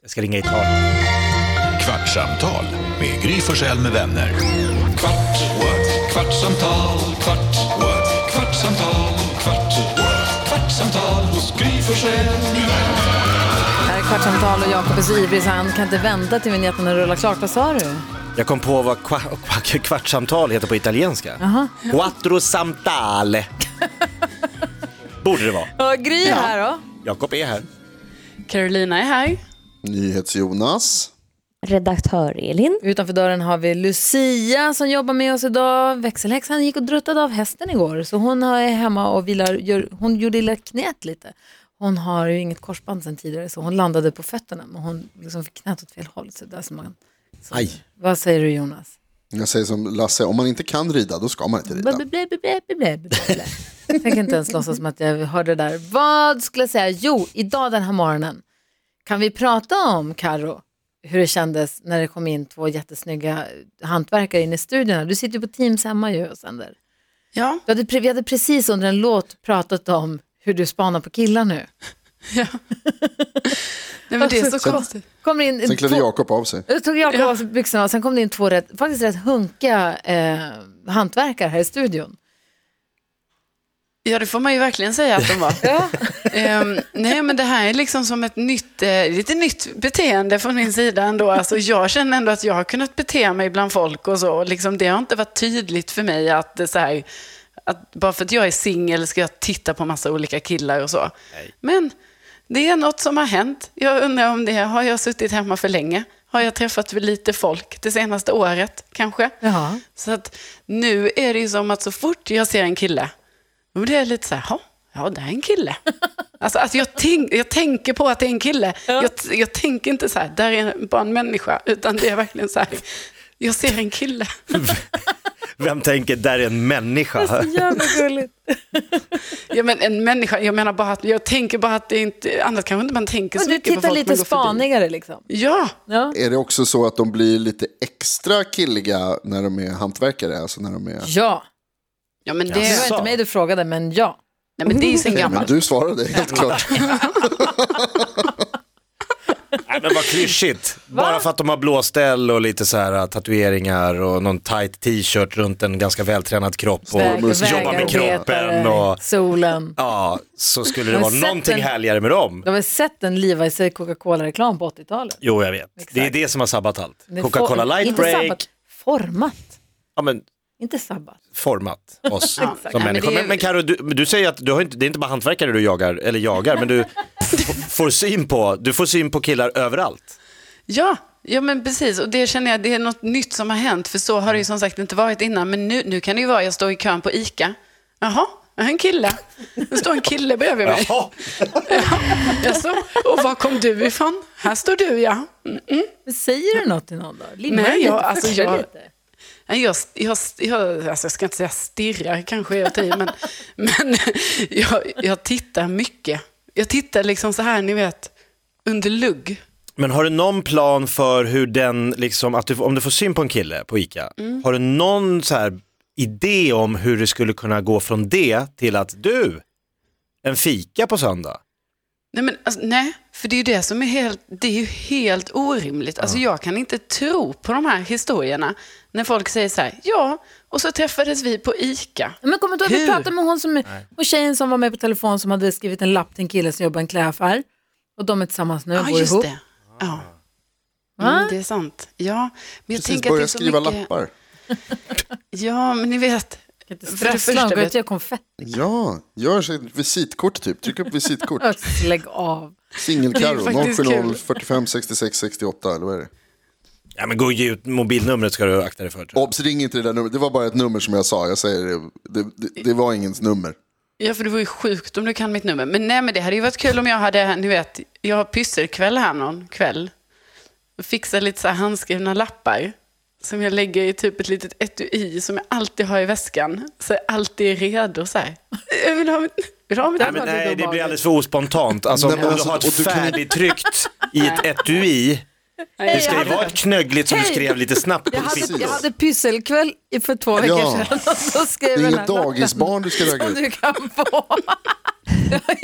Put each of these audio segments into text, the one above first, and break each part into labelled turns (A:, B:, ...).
A: Jag ska ringa Italien.
B: Kvartsamtal med Gry Forssell med vänner. Kvart, what? kvartsamtal, kvart, what? kvartsamtal, kvart, what? kvartsamtal hos Gry Forssell med vänner.
C: Här är Kvartsamtal och Jakob är så ivrig så han kan inte vänta till vignetten när rullar klart. Vad sa du?
A: Jag kom på vad kva- kva- kvartsamtal heter på italienska. Quattro samtale. Borde det vara.
C: Ja, Gry här då.
A: Jakob är här.
D: Carolina är här.
E: NyhetsJonas.
F: Redaktör Elin.
C: Utanför dörren har vi Lucia som jobbar med oss idag. Växelhäxan gick och druttade av hästen igår så hon är hemma och vilar. Gör, hon gjorde illa knät lite. Hon har ju inget korsband sedan tidigare så hon landade på fötterna men hon liksom fick knät åt fel håll. Så där som man, så.
A: Aj.
C: Vad säger du Jonas?
E: Jag säger som Lasse, om man inte kan rida då ska man inte rida.
C: Blä, blä, blä, blä, blä, blä, blä, blä. Jag tänker inte ens låtsas som att jag hörde det där. Vad skulle jag säga? Jo, idag den här morgonen kan vi prata om, Karo hur det kändes när det kom in två jättesnygga hantverkare in i studion. här. Du sitter ju på Teams hemma ju och sänder.
D: Ja,
C: Du hade, pre- vi hade precis under en låt pratat om hur du spanar på killar nu.
D: Nej, men det är Alltså, så konstigt.
C: Kommer in
E: Sen klädde
C: två-
E: Jakob av sig.
C: Jag tog Jakob av sig byxorna och sen kom det in två rätt, faktiskt rätt hunkiga eh, hantverkare här i studion.
D: Ja, det får man ju verkligen säga att de var. Ehm, nej, men det här är liksom som ett nytt, eh, lite nytt beteende från min sida ändå. Alltså, jag känner ändå att jag har kunnat bete mig bland folk och så. Och liksom, det har inte varit tydligt för mig att, det är så här, att bara för att jag är singel ska jag titta på massa olika killar och så. Men det är något som har hänt. Jag undrar om det, har jag suttit hemma för länge? Har jag träffat för lite folk det senaste året kanske?
C: Jaha.
D: Så att nu är det ju som att så fort jag ser en kille, då blir jag lite så här, "Ha, ja det här är en kille. Alltså att jag, tänk, jag tänker på att det är en kille. Jag, t- jag tänker inte så här, där är bara en människa, utan det är verkligen så här, jag ser en kille.
A: Vem tänker, där är en människa.
C: Jävla gulligt.
D: Ja, men en människa, jag menar bara att, jag tänker bara att det är inte, annars kanske inte man tänker så
C: Men du
D: mycket på folk
C: tittar
D: man
C: lite
D: går förbi.
C: spanigare liksom.
D: Ja,
C: Ja.
E: Är det också så att de blir lite extra killiga när de är hantverkare? Alltså när de är...
C: Ja,
D: ja Mm. men det,
C: det var
A: Jaså.
C: inte mig du frågade, men ja.
D: nej, men det är ju sen
E: Okej, men
D: gammalt.
E: du svarade helt klart.
A: Nej, men vad klyschigt. Bara för att de har blåställ och lite så här äh, tatueringar och någon tight t-shirt runt en ganska vältränad kropp och
C: Väg-
A: jobbar med kroppen. Och,
C: Solen.
A: ja, så skulle det
C: Men
A: vara
C: sätt
A: någonting
C: en-
A: härligare med dem.
C: Du har väl sett en Levi's eller Coca-Cola-reklam på 80-talet?
A: Jo, jag vet. Det är det som har sabbat allt.
C: Det är
A: Coca-Cola
C: for-
A: light
C: inte
A: break.
C: Sabbat, format,
A: Ja, men
C: inte sabbat.
A: format oss som
D: Ja, men
A: människor.
D: det är-
A: Men, men Karo, du, men du säger att du har inte, det är inte bara hantverkare du jagar, eller jagar, men du f- får syn på, du får syn på killar överallt.
D: Ja, ja men precis. Och det känner jag, det är något nytt som har hänt. För så har det ju som sagt inte varit innan. Men nu, nu kan det ju vara, jag står i kön på ICA. Jaha, jag är en kille. Det står en kille bredvid mig.
A: Jaha,
D: Jag står, och var kom du ifrån? Här står du ja.
C: Men säger du något till någon då? Limmar
D: Nej,
C: du lite,
D: jag- alltså,
C: flörtar
D: jag-
C: lite?
D: Nej, Jag, jag, jag, alltså jag ska inte säga stirrar kanske jag tar i, men, men jag, jag tittar mycket. Jag tittar liksom så här, ni vet, under lugg.
A: Men har du någon plan för hur den, liksom, att du, om du får syn på en kille på ICA,
D: Mm.
A: har du någon så här idé om hur det skulle kunna gå från det till att du, en fika på söndag?
D: Nej, men, alltså, nej, för det är ju det som är helt, det är ju helt orimligt. Alltså, jag kan inte tro på de här historierna när folk säger så här, ja, och så träffades vi på ICA.
C: Men kommer du ihåg, vi
D: Hur?
C: pratade med hon som, och tjejen som var med på telefon som hade skrivit en lapp till en kille som jobbar i en klädaffär. Och de är tillsammans nu och
D: Ja,
C: bor
D: Ah, just
C: ihop.
D: det. Ja.
C: Va?
D: Mm, det är sant. Ja, men jag
E: Precis,
D: tänker att det är
E: börja
D: så
E: skriva
D: mycket...
E: lappar.
D: Ja, men ni vet.
C: Kan inte
D: För det
C: stressa,
D: första
C: de går ut
D: vet-
C: och gör konfetti.
E: Ja, gör sitt visitkort typ. Tryck upp visitkort.
C: Lägg av.
E: Singelkarro,
D: Det är faktiskt
E: 070
D: kul.
E: 45 66 68 eller vad är det?
A: Ja men gå och ge ut mobilnumret ska du akta dig för. tror jag.
E: Obs, ring inte det där numret. Det var bara ett nummer som jag sa. Jag säger det. Det, det, det var ingens nummer.
D: Ja, för det vore ju sjukt om du kan mitt nummer. Men nej, men det hade ju varit kul om jag hade, ni vet, jag har pysselkväll här någon kväll. Och fixar lite så här handskrivna lappar. Som jag lägger i typ ett litet etui som jag alltid har i väskan. Så jag alltid är redo så här. Jag vill ha mitt, vill du ha mitt
A: Nej, men
D: nummer?
A: nej, det blir alldeles för ospontant. Alltså,
E: Nej,
A: om
E: men
A: du
E: alltså,
A: har ett
E: och du kan ju-
A: färdigtryckt i ett etui,
D: Nej,
A: det ska ju
D: jag hade-
A: vara ett knöggligt som du
C: Hej!
A: skrev lite snabbt på
C: Jag hade,
A: kvittot.
C: jag hade pysselkväll i- för två veckor
E: Ja.
C: sedan och så skrev
E: Det
C: jag
E: är
C: den här
E: inget
C: lappen
E: dagisbarn du ska ragga
C: som
E: ut.
C: du kan få.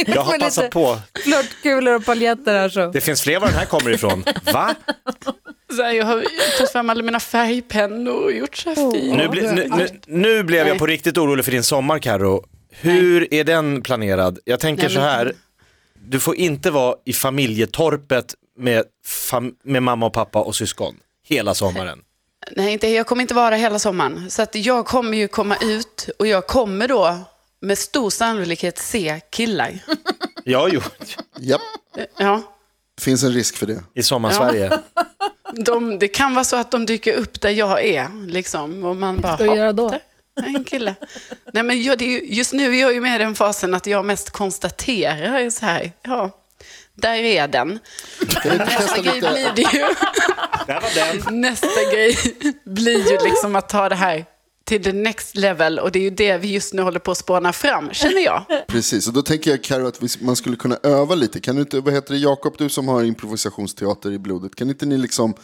A: Jag har
C: får
A: passat
C: lite-
A: på.
C: Flörtkulor och paljetter här så.
A: Det finns fler var den här kommer ifrån. Va?
D: Så här, jag har tagit fram alla mina färgpennor och gjort så här fint.
A: Nu, bli, nu, nu, nu blev jag på riktigt orolig för din sommar Karo. Hur är den planerad? Jag tänker
D: Nej,
A: så
D: men-
A: här, du får inte vara i familjetorpet med, fam- med mamma och pappa och syskon hela sommaren.
D: Nej, inte, jag kommer inte vara hela sommaren. Så att jag kommer ju komma ut och jag kommer då med stor sannolikhet se killar.
A: Ja, jo,
E: Japp,
D: Ja,
E: det finns en risk för det.
A: i sommarsverige.
D: de, det kan vara så att de dyker upp där jag är. Liksom, och man bara,
C: Vad ska du göra då?
D: "Hopp, där är En kille. Nej, men jag, det är ju, just nu är jag ju med i den fasen att jag mest konstaterar så här, ja, där är den.
E: Kan vi inte
D: Nästa
E: testa
D: grej blir
E: lite?
D: det ju.
A: Där var den.
D: Nästa grej blir ju liksom att ta det här till the next level och det är ju det vi just nu håller på att spåna fram, känner jag.
E: Precis, och då tänker jag Karo att vi, man skulle kunna öva lite. Kan du inte, vad heter det, Jakob, du som har improvisationsteater i blodet. Kan inte ni liksom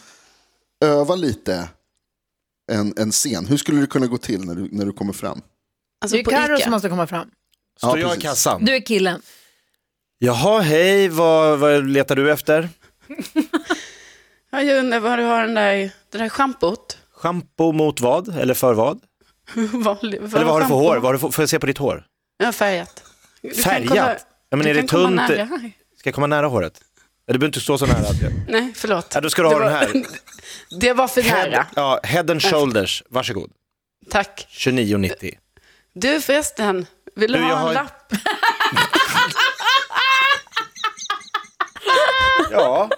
E: öva lite en, en scen? Hur skulle det kunna gå till när du, när du kommer fram?
D: Alltså
C: Det är
D: på
C: Carro
D: Ica.
C: som måste komma fram.
A: Står
E: Ja,
A: jag i
E: precis.
A: kassan?
C: Du är killen.
A: Jaha, hej, vad, vad letar du efter?
D: Ja, jag undrar var du har den där, det där schampot.
A: Shampoo mot vad? Eller för vad?
D: Vanlig-
A: Eller vad har du för
D: schampo?
A: hår? Vad har du för, får jag se på ditt hår?
D: Ja, färgat. Du kan
A: Färgat?
D: komma-
A: Ja, men
D: du
A: är det
D: kan komma
A: tunt?
D: nära här.
A: Ska jag komma nära håret? Ja, Du behöver inte stå så nära. Adrian.
D: Nej, förlåt.
A: Ja, då ska du ha
D: Det
A: den
D: var-
A: här.
D: Det var för
A: Head,
D: nära.
A: ja, head and shoulders, varsågod.
D: Tack.
A: 29,90.
D: Du förresten, vill du
A: Du, jag
D: ha
A: har-
D: en lapp?
A: Ja.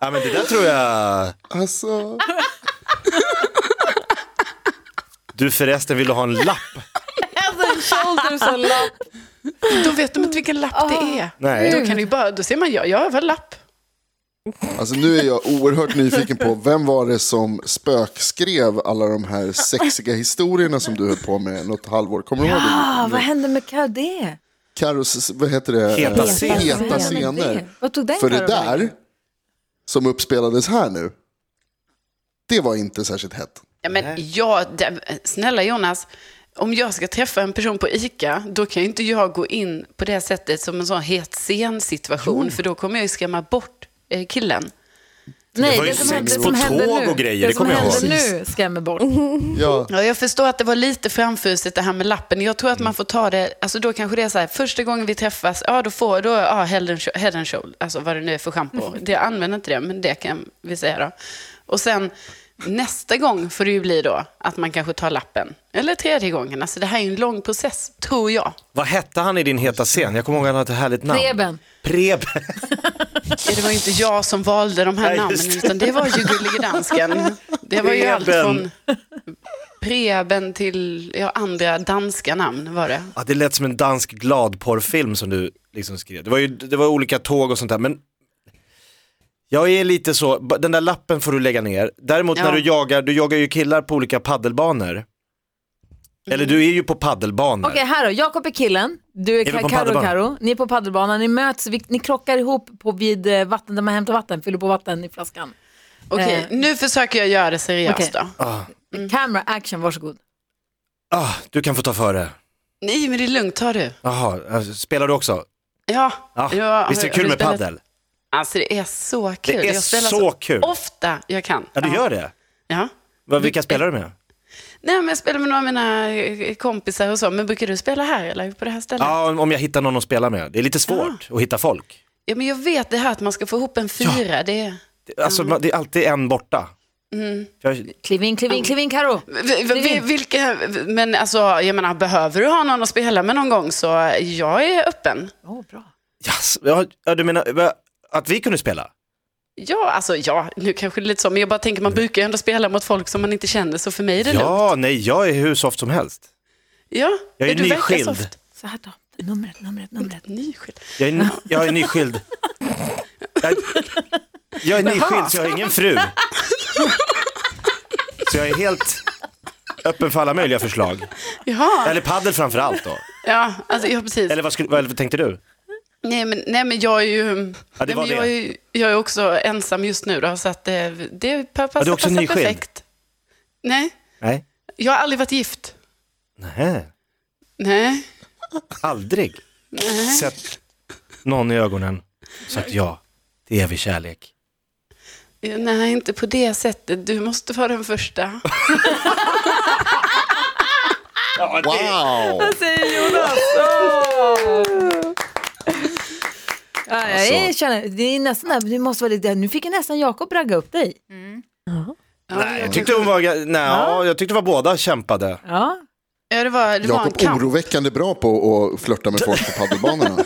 A: ja, men det där tror jag...
E: Alltså,
A: Du förresten, vill du ha en lapp?
D: Då vet de inte vilken lapp det är.
A: Nej.
D: Då, kan du ju bara, då ser man, ja, jag har en lapp.
E: alltså nu är jag oerhört nyfiken på vem var det som spökskrev alla de här sexiga historierna som du höll på med något halvår? Kommer du ihåg det?
C: Ah, vad hände med Carro det?
E: Karos, vad heter det?
A: Heta scener.
E: Heta
C: Vad hände med det?
E: scener.
C: Vad tog den
E: För det
C: Carro vägen?
E: där som uppspelades här nu, det var inte särskilt hett.
D: Ja, men jag, det- snälla Jonas, om jag ska träffa en person på ICA, då kan ju inte jag gå in på det sättet som en sån het scensituation, för då kommer jag ju skrämma bort eh, killen.
C: Nej,
A: var ju sex på tåg och grejer, det
C: det som
A: kommer jag
C: hände
A: ihåg.
C: nu skrämmer bort.
E: Ja,
D: Ja, jag förstår att det var lite framfusigt det här med lappen. Jag tror att
A: Mm.
D: man får ta det, alltså då kanske det är så här, första gången vi träffas, ja då får då, ja, head and, sho- head and shoulder, alltså vad det nu är för schampo.
A: Mm.
D: Det, jag använder inte det, men det kan vi säga då. Och sen nästa gång får det ju bli då att man kanske tar lappen. Eller tredje gången, alltså det här är ju en lång process, tror jag.
A: Vad hette han i din heta scen? Jag kommer ihåg att han hade ett härligt namn.
C: Preben.
A: Preben.
D: Ja, Det var ju inte jag som valde de här
A: Nej, just
D: namnen,
A: det.
D: utan det var ju Gullige Dansken. Det var ju allt
A: Preben.
D: från Preben till ja, andra danska namn var det.
A: Ja, det lät som en dansk gladporrfilm som du liksom skrev. Det var ju det var olika tåg och sånt där, men jag är lite så, ba- den där lappen får du lägga ner. Däremot när
D: Ja.
A: du jagar, du jagar ju killar på olika paddelbanor. Eller du är ju på paddelbanor.
C: Okej, här då. Jakob är killen, du är,
A: vi på
C: Ka-
A: en
C: Karo och
A: paddelbana?
C: Karo. Ni är på paddelbanan, ni möts, vi- ni krockar ihop på vid eh, vatten där man hämtar vatten, fyller på vatten i flaskan.
D: Okej,
C: Eh.
D: nu försöker jag göra det seriöst
C: Okej.
D: då.
C: Camera action, varsågod.
A: Ah, du kan få ta före.
D: Nej, men det är lugnt, ta du.
A: Jaha, alltså, spelar du också?
D: Ja.
A: Ja.
D: jag-
A: Visst är det kul
D: jag
A: med
D: spelar-
A: padel?
D: Alltså det är så kul.
A: Det är
D: jag spelar
A: så kul.
D: Ofta jag kan.
A: Ja, du gör det?
D: Ja.
A: Vad- Vilka spelar du med?
D: Nej, men jag spelar med några av mina eh, kompisar och så. Men brukar du spela här eller på det här stället?
A: Ja, om om jag hittar någon att spela med. Det är lite svårt att hitta folk.
D: Ja, men jag vet det här att man ska få ihop en fyra. Det är...
A: Det- Alltså,
D: Mm.
A: man- det är alltid en borta. Jag,
C: Kliv in, kliv in, kliv in Karo.
D: V- v- vil- vilka, men alltså, jag menar, behöver du ha någon att spela med någon gång så jag är öppen.
C: Åh, bra.
A: Yes, ja, ja, du menar va, att vi kunde spela?
D: Ja, alltså ja, nu kanske det är lite så, men jag bara tänker man brukar ju ändå spela mot folk som man inte känner, så för mig är det lugnt.
A: Mm. Ja, nej, jag är hur soft som helst.
D: Ja,
A: Jag är
D: du verkar
A: nyskild.
D: soft.
C: Så här då, numret, numret, numret.
D: Nyskild.
A: Jag är, ny- jag är nyskild. Jag, jag är nyskild, så jag har ingen fru. Så jag är helt öppen för alla möjliga förslag.
D: Jaha,
A: Eller paddel framför allt då.
D: ja, alltså, ja precis.
A: Eller vad, skulle, vad tänkte du?
D: Nej, men, nej, men jag är ju...
A: Ja, det
D: nej,
A: var
D: men jag,
A: det.
D: är, ju- jag är också ensam just nu, då, så att det, det passar,
A: du är
D: passar
A: också nyskild?
D: perfekt. Nej,
A: Nej,
D: jag har aldrig varit gift.
A: nej,
D: Nej,
A: aldrig. sett någon i ögonen och sagt ja, det är vi kärlek.
D: Nej, inte på det sättet. Du måste vara den första.
E: Wow!
C: säger Jonas. Ja, jag är, känner, det är nästan där, du måste vara lite, nu fick jag nästan Jakob ragga upp dig.
D: Ja,
A: Nej, jag tyckte hon var, ga- nej, ja. jag tyckte var båda kämpade.
C: Ja.
D: Ja, det var, det var en
E: Jakob
D: kamp.
E: oroväckande bra på att flörta med folk på padelbanorna.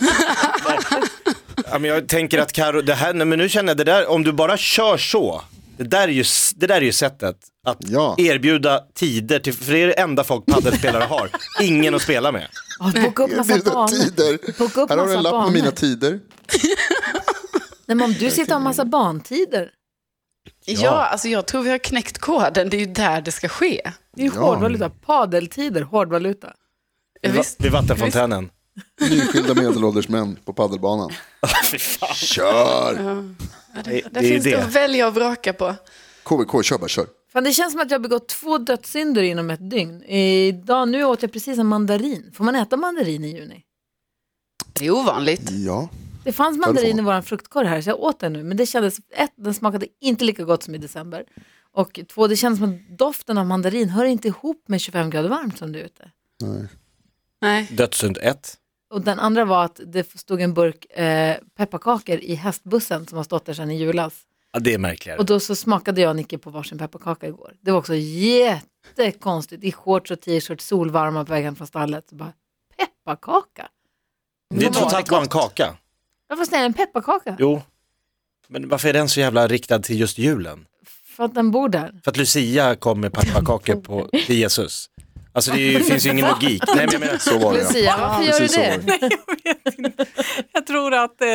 A: Ja, men jag tänker att Karo, det här, nej, men nu känner jag det där, om du bara kör så, det där är ju, s- det där är ju sättet att
E: Ja.
A: erbjuda tider, till, för det är det enda folk padelspelare har, ingen att spela med.
C: Och boka upp massa
E: Mina tider.
C: banor. Boka upp
E: Här har du
C: massa
E: en lapp med mina
C: banor.
E: tider.
C: Nej, men om du sitter och har massa bantider,
D: Ja, alltså jag tror vi har knäckt koden. Det är ju där det ska ske.
C: det är ju hårdvaluta. Padeltider, hårdvaluta.
D: Ja, visst.
A: Vid vattenfontänen.
E: Nyskilda medelålders män på padelbanan. Kör!
D: Ja,
A: Det-
D: det,
A: det
D: där
A: är ju
D: finns det
A: det.
D: att välja och vraka på.
E: KVK, kör bara, kör.
C: Fan, det känns som att jag har begått två dödssynder inom ett dygn. Idag, nu åt jag precis en mandarin. Får man äta mandarin i juni?
D: Det är ovanligt.
A: Mm.
E: Ja.
C: Det fanns
E: får
C: mandarin i
E: man.
C: vår fruktkorg här så jag åt den nu. Men det kändes, ett, den smakade inte lika gott som i december. Och två, det känns som att doften av mandarin hör inte ihop med 25 grader varmt som det är ute.
D: Nej.
A: Dödssynd 1.
C: Och den andra var att det stod en burk eh, pepparkakor i hästbussen som har stått där sedan i julas.
A: Ja, det är märkligare.
C: Och då så smakade jag och Nicky på varsin pepparkaka igår. Det var också jättekonstigt. I shorts och t-shirt, solvarma på vägen från stallet. Så Bara, pepparkaka?
A: Det är
C: Vad var
A: trots allt bara en kaka.
C: Varför snälla en pepparkaka?
A: Jo. Men varför är den så jävla riktad till just julen?
C: För att den bor där.
A: För att Lucia kom med pepparkakor på, till Jesus. Alltså det är ju, finns ju ingen logik. Nej, men jag menar,
E: Så var det. ja.
C: Lucia, varför gör du
E: Precis så
C: det?
E: var det.
G: Jag tror att eh,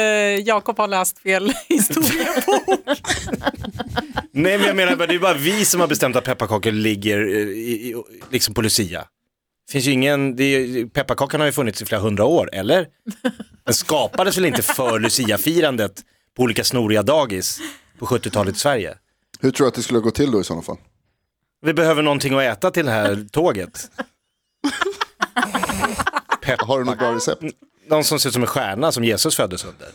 G: Jakob har läst fel historia på.
A: nej, men jag menar bara, det är bara vi som har bestämt att pepparkakor ligger eh, i, i, liksom på Lucia. Finns ju ingen, det är, ju- pepparkakan har ju funnits i flera hundra år, eller? Den skapades väl inte för Lucia-firandet på olika snoriga dagis på 70-talet i Sverige?
E: Hur tror du att det skulle gå till då i sådana fall?
A: Vi behöver någonting att äta till det här tåget.
E: Har du något bra recept?
A: Någon som ser ut som en stjärna som Jesus föddes under.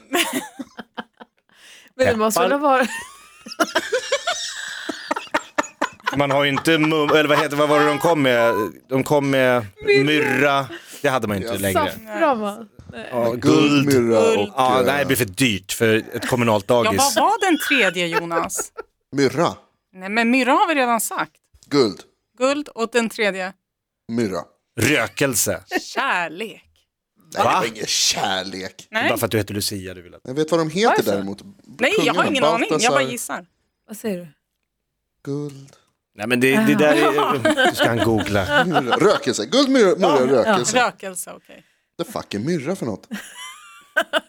C: Men det måste väl ha varit...
A: Man har ju inte mum, eller vad heter, vad var det de kom med? De kom med myrra, det hade man ju inte längre.
C: Saffran va?
A: Ja,
E: Guld,
A: guld.
E: myrra och...
A: Ja,
E: eh,
A: nej, det blir för dyrt för ett kommunalt
G: Ja, vad
A: dagis.
G: var den tredje Jonas?
E: Myrra.
G: Nej, men myrra har vi redan sagt.
E: Guld.
G: Guld och den tredje,
E: Myrra.
A: Rökelse.
G: kärlek.
E: Nej, det
A: Va?
E: var ingen kärlek.
G: Nej,
A: Bara för att du heter Lucia, du vill att...
E: Jag vet vad de heter
G: Varför?
E: däremot.
G: Nej jag har
E: Kungarna.
G: ingen aning. Jag
E: Baltasar,
G: bara gissar.
C: Vad säger du?
E: Guld.
A: Nej men det, det där är... Ah. Du ska han googla.
E: Myrra. Rökelse. Guld, myrra, myrra rökelse.
G: Rökelse, okej.
E: the fuck är myrra för något?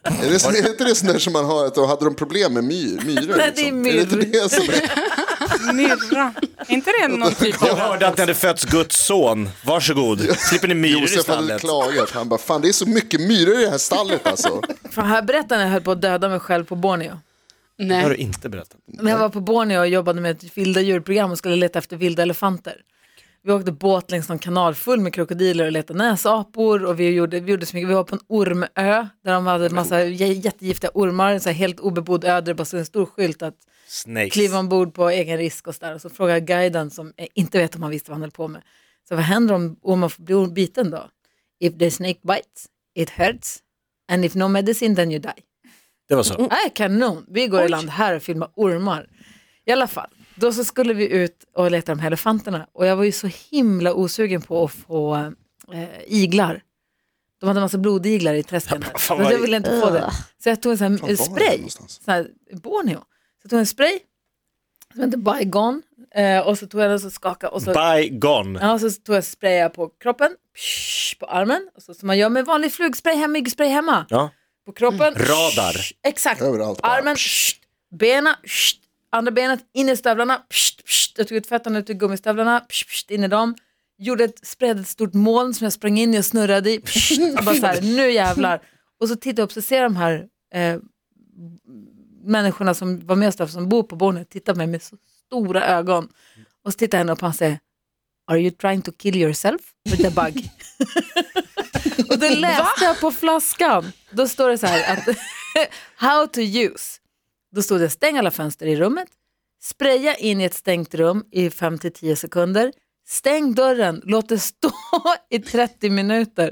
E: är, det, är inte det sånt där som man har, att då hade de problem med myr, myror? liksom?
C: Nej, det är
E: Är det inte
C: myrr.
E: det som är?
G: Myrra. Är inte det någon typ
A: Jag
G: av
A: hörde att det hade fötts Guds son. Varsågod, slipper ni myror i
E: Josef hade
A: stallet.
E: klagat, han bara, fan det är så mycket myror i det här stallet alltså.
C: Fan, har jag berättat när jag höll på att döda mig själv på Borneo?
A: Det har
D: Nej.
A: du inte berättat.
C: När jag var på Borneo och jobbade med ett vilda djurprogram och skulle leta efter vilda elefanter. Vi åkte båt längs någon kanal full med krokodiler och letade näsapor och vi, gjorde, vi, gjorde så mycket. vi var på en ormö där de hade massa jä- jättegiftiga ormar, en så här helt obebodd ö där det bara stod en stor skylt att
A: Snakes.
C: kliva ombord på egen risk och så där. Och så frågar guiden som eh, inte vet om han visste vad han höll på med. Så vad händer om, om man blir biten då? If the snake bites, it hurts. And if no medicine then you die.
A: Det var så.
C: Nej, kanon. Vi går i land här och filmar ormar. I alla fall, då så skulle vi ut och leta de här elefanterna. Och jag var ju så himla osugen på att få eh, iglar. De hade en massa blodiglar i träsken där.
A: fan,
C: Men
A: vad
C: jag ville inte få det. Så jag tog en sån här
E: Fan, var är
C: eh,
E: det
C: spray.
E: någonstans?
C: Sån här Borneo. Så jag tog en spray som hette Bygone. Eh, och så tog jag den och så skakade. Och så
A: Bygone. gone.
C: Ja, så tog jag spraya på kroppen, psh, på armen, och så, som man gör med vanlig flugspray hemma, myggspray hemma.
A: Ja. Mm.
C: På kroppen,
A: Radar.
C: psh, exakt.
E: Överallt bara.
C: Armen, psh, bena, psh, andra benet, in i stövlarna, psh, psh. Jag tog ut fötterna ut ur gummistövlarna, psh, psh, in i dem. Gjorde ett, spred ett stort moln som jag sprang in i och snurrade i. Psh, och bara så här, nu jävlar. Och så tittar jag upp så ser jag de här eh, människorna som var med oss där, som bor på bordet, tittar på mig med så stora ögon. Och så tittar jag henne upp och han säger, Are you trying to kill yourself with the bug? Och då läste jag på flaskan, då står det så här att how to use. Då stod det stäng alla fönster i rummet, spraya in i ett stängt rum i 5-10 sekunder, stäng dörren, låt det stå i 30 minuter,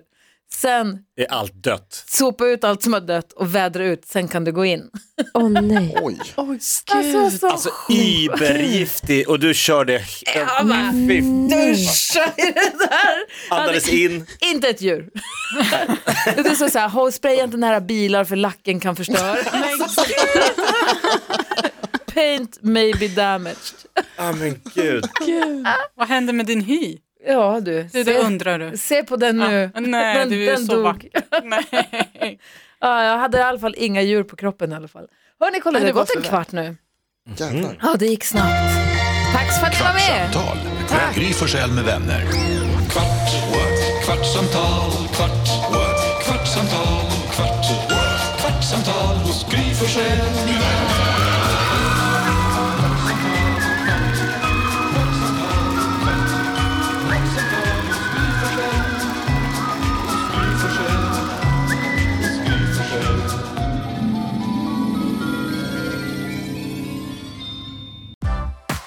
C: sen
A: Det är allt dött.
C: sopa ut allt som har dött och vädra ut, sen kan du gå in.
F: Åh nej.
E: Oj.
D: Åh gud.
C: Alltså, så
A: Alltså ibergiftig och du körde
C: Jag bara,
A: Fy
C: duscha i det där.
A: Andades in.
C: Inte ett djur. det står så här, "Håll- spraya inte nära bilar för lacken kan förstöra. Alltså. Paint may be damaged.
A: Ja Ah, men gud.
G: Vad hände med din hy?
C: Ja du,
G: Det, det
C: se,
G: undrar du.
C: se på den nu.
G: Ja, nej,
C: den,
G: du är
C: den
G: så
C: dog.
G: vacker. Nej.
C: Ja, jag hade i alla fall inga djur på kroppen i alla fall. Hörni, kolla det har
D: Nej, det var
C: gått en
D: sådär.
C: kvart nu.
E: Jävlar.
C: Ja, det gick snabbt. Tack för att ni var med.
B: Kvartsamtal med Gry Forssell med vänner. Kvart, what? kvartsamtal, kvart, what? kvartsamtal, kvart, what? kvartsamtal hos Gry Forssell med vänner.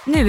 H: Nu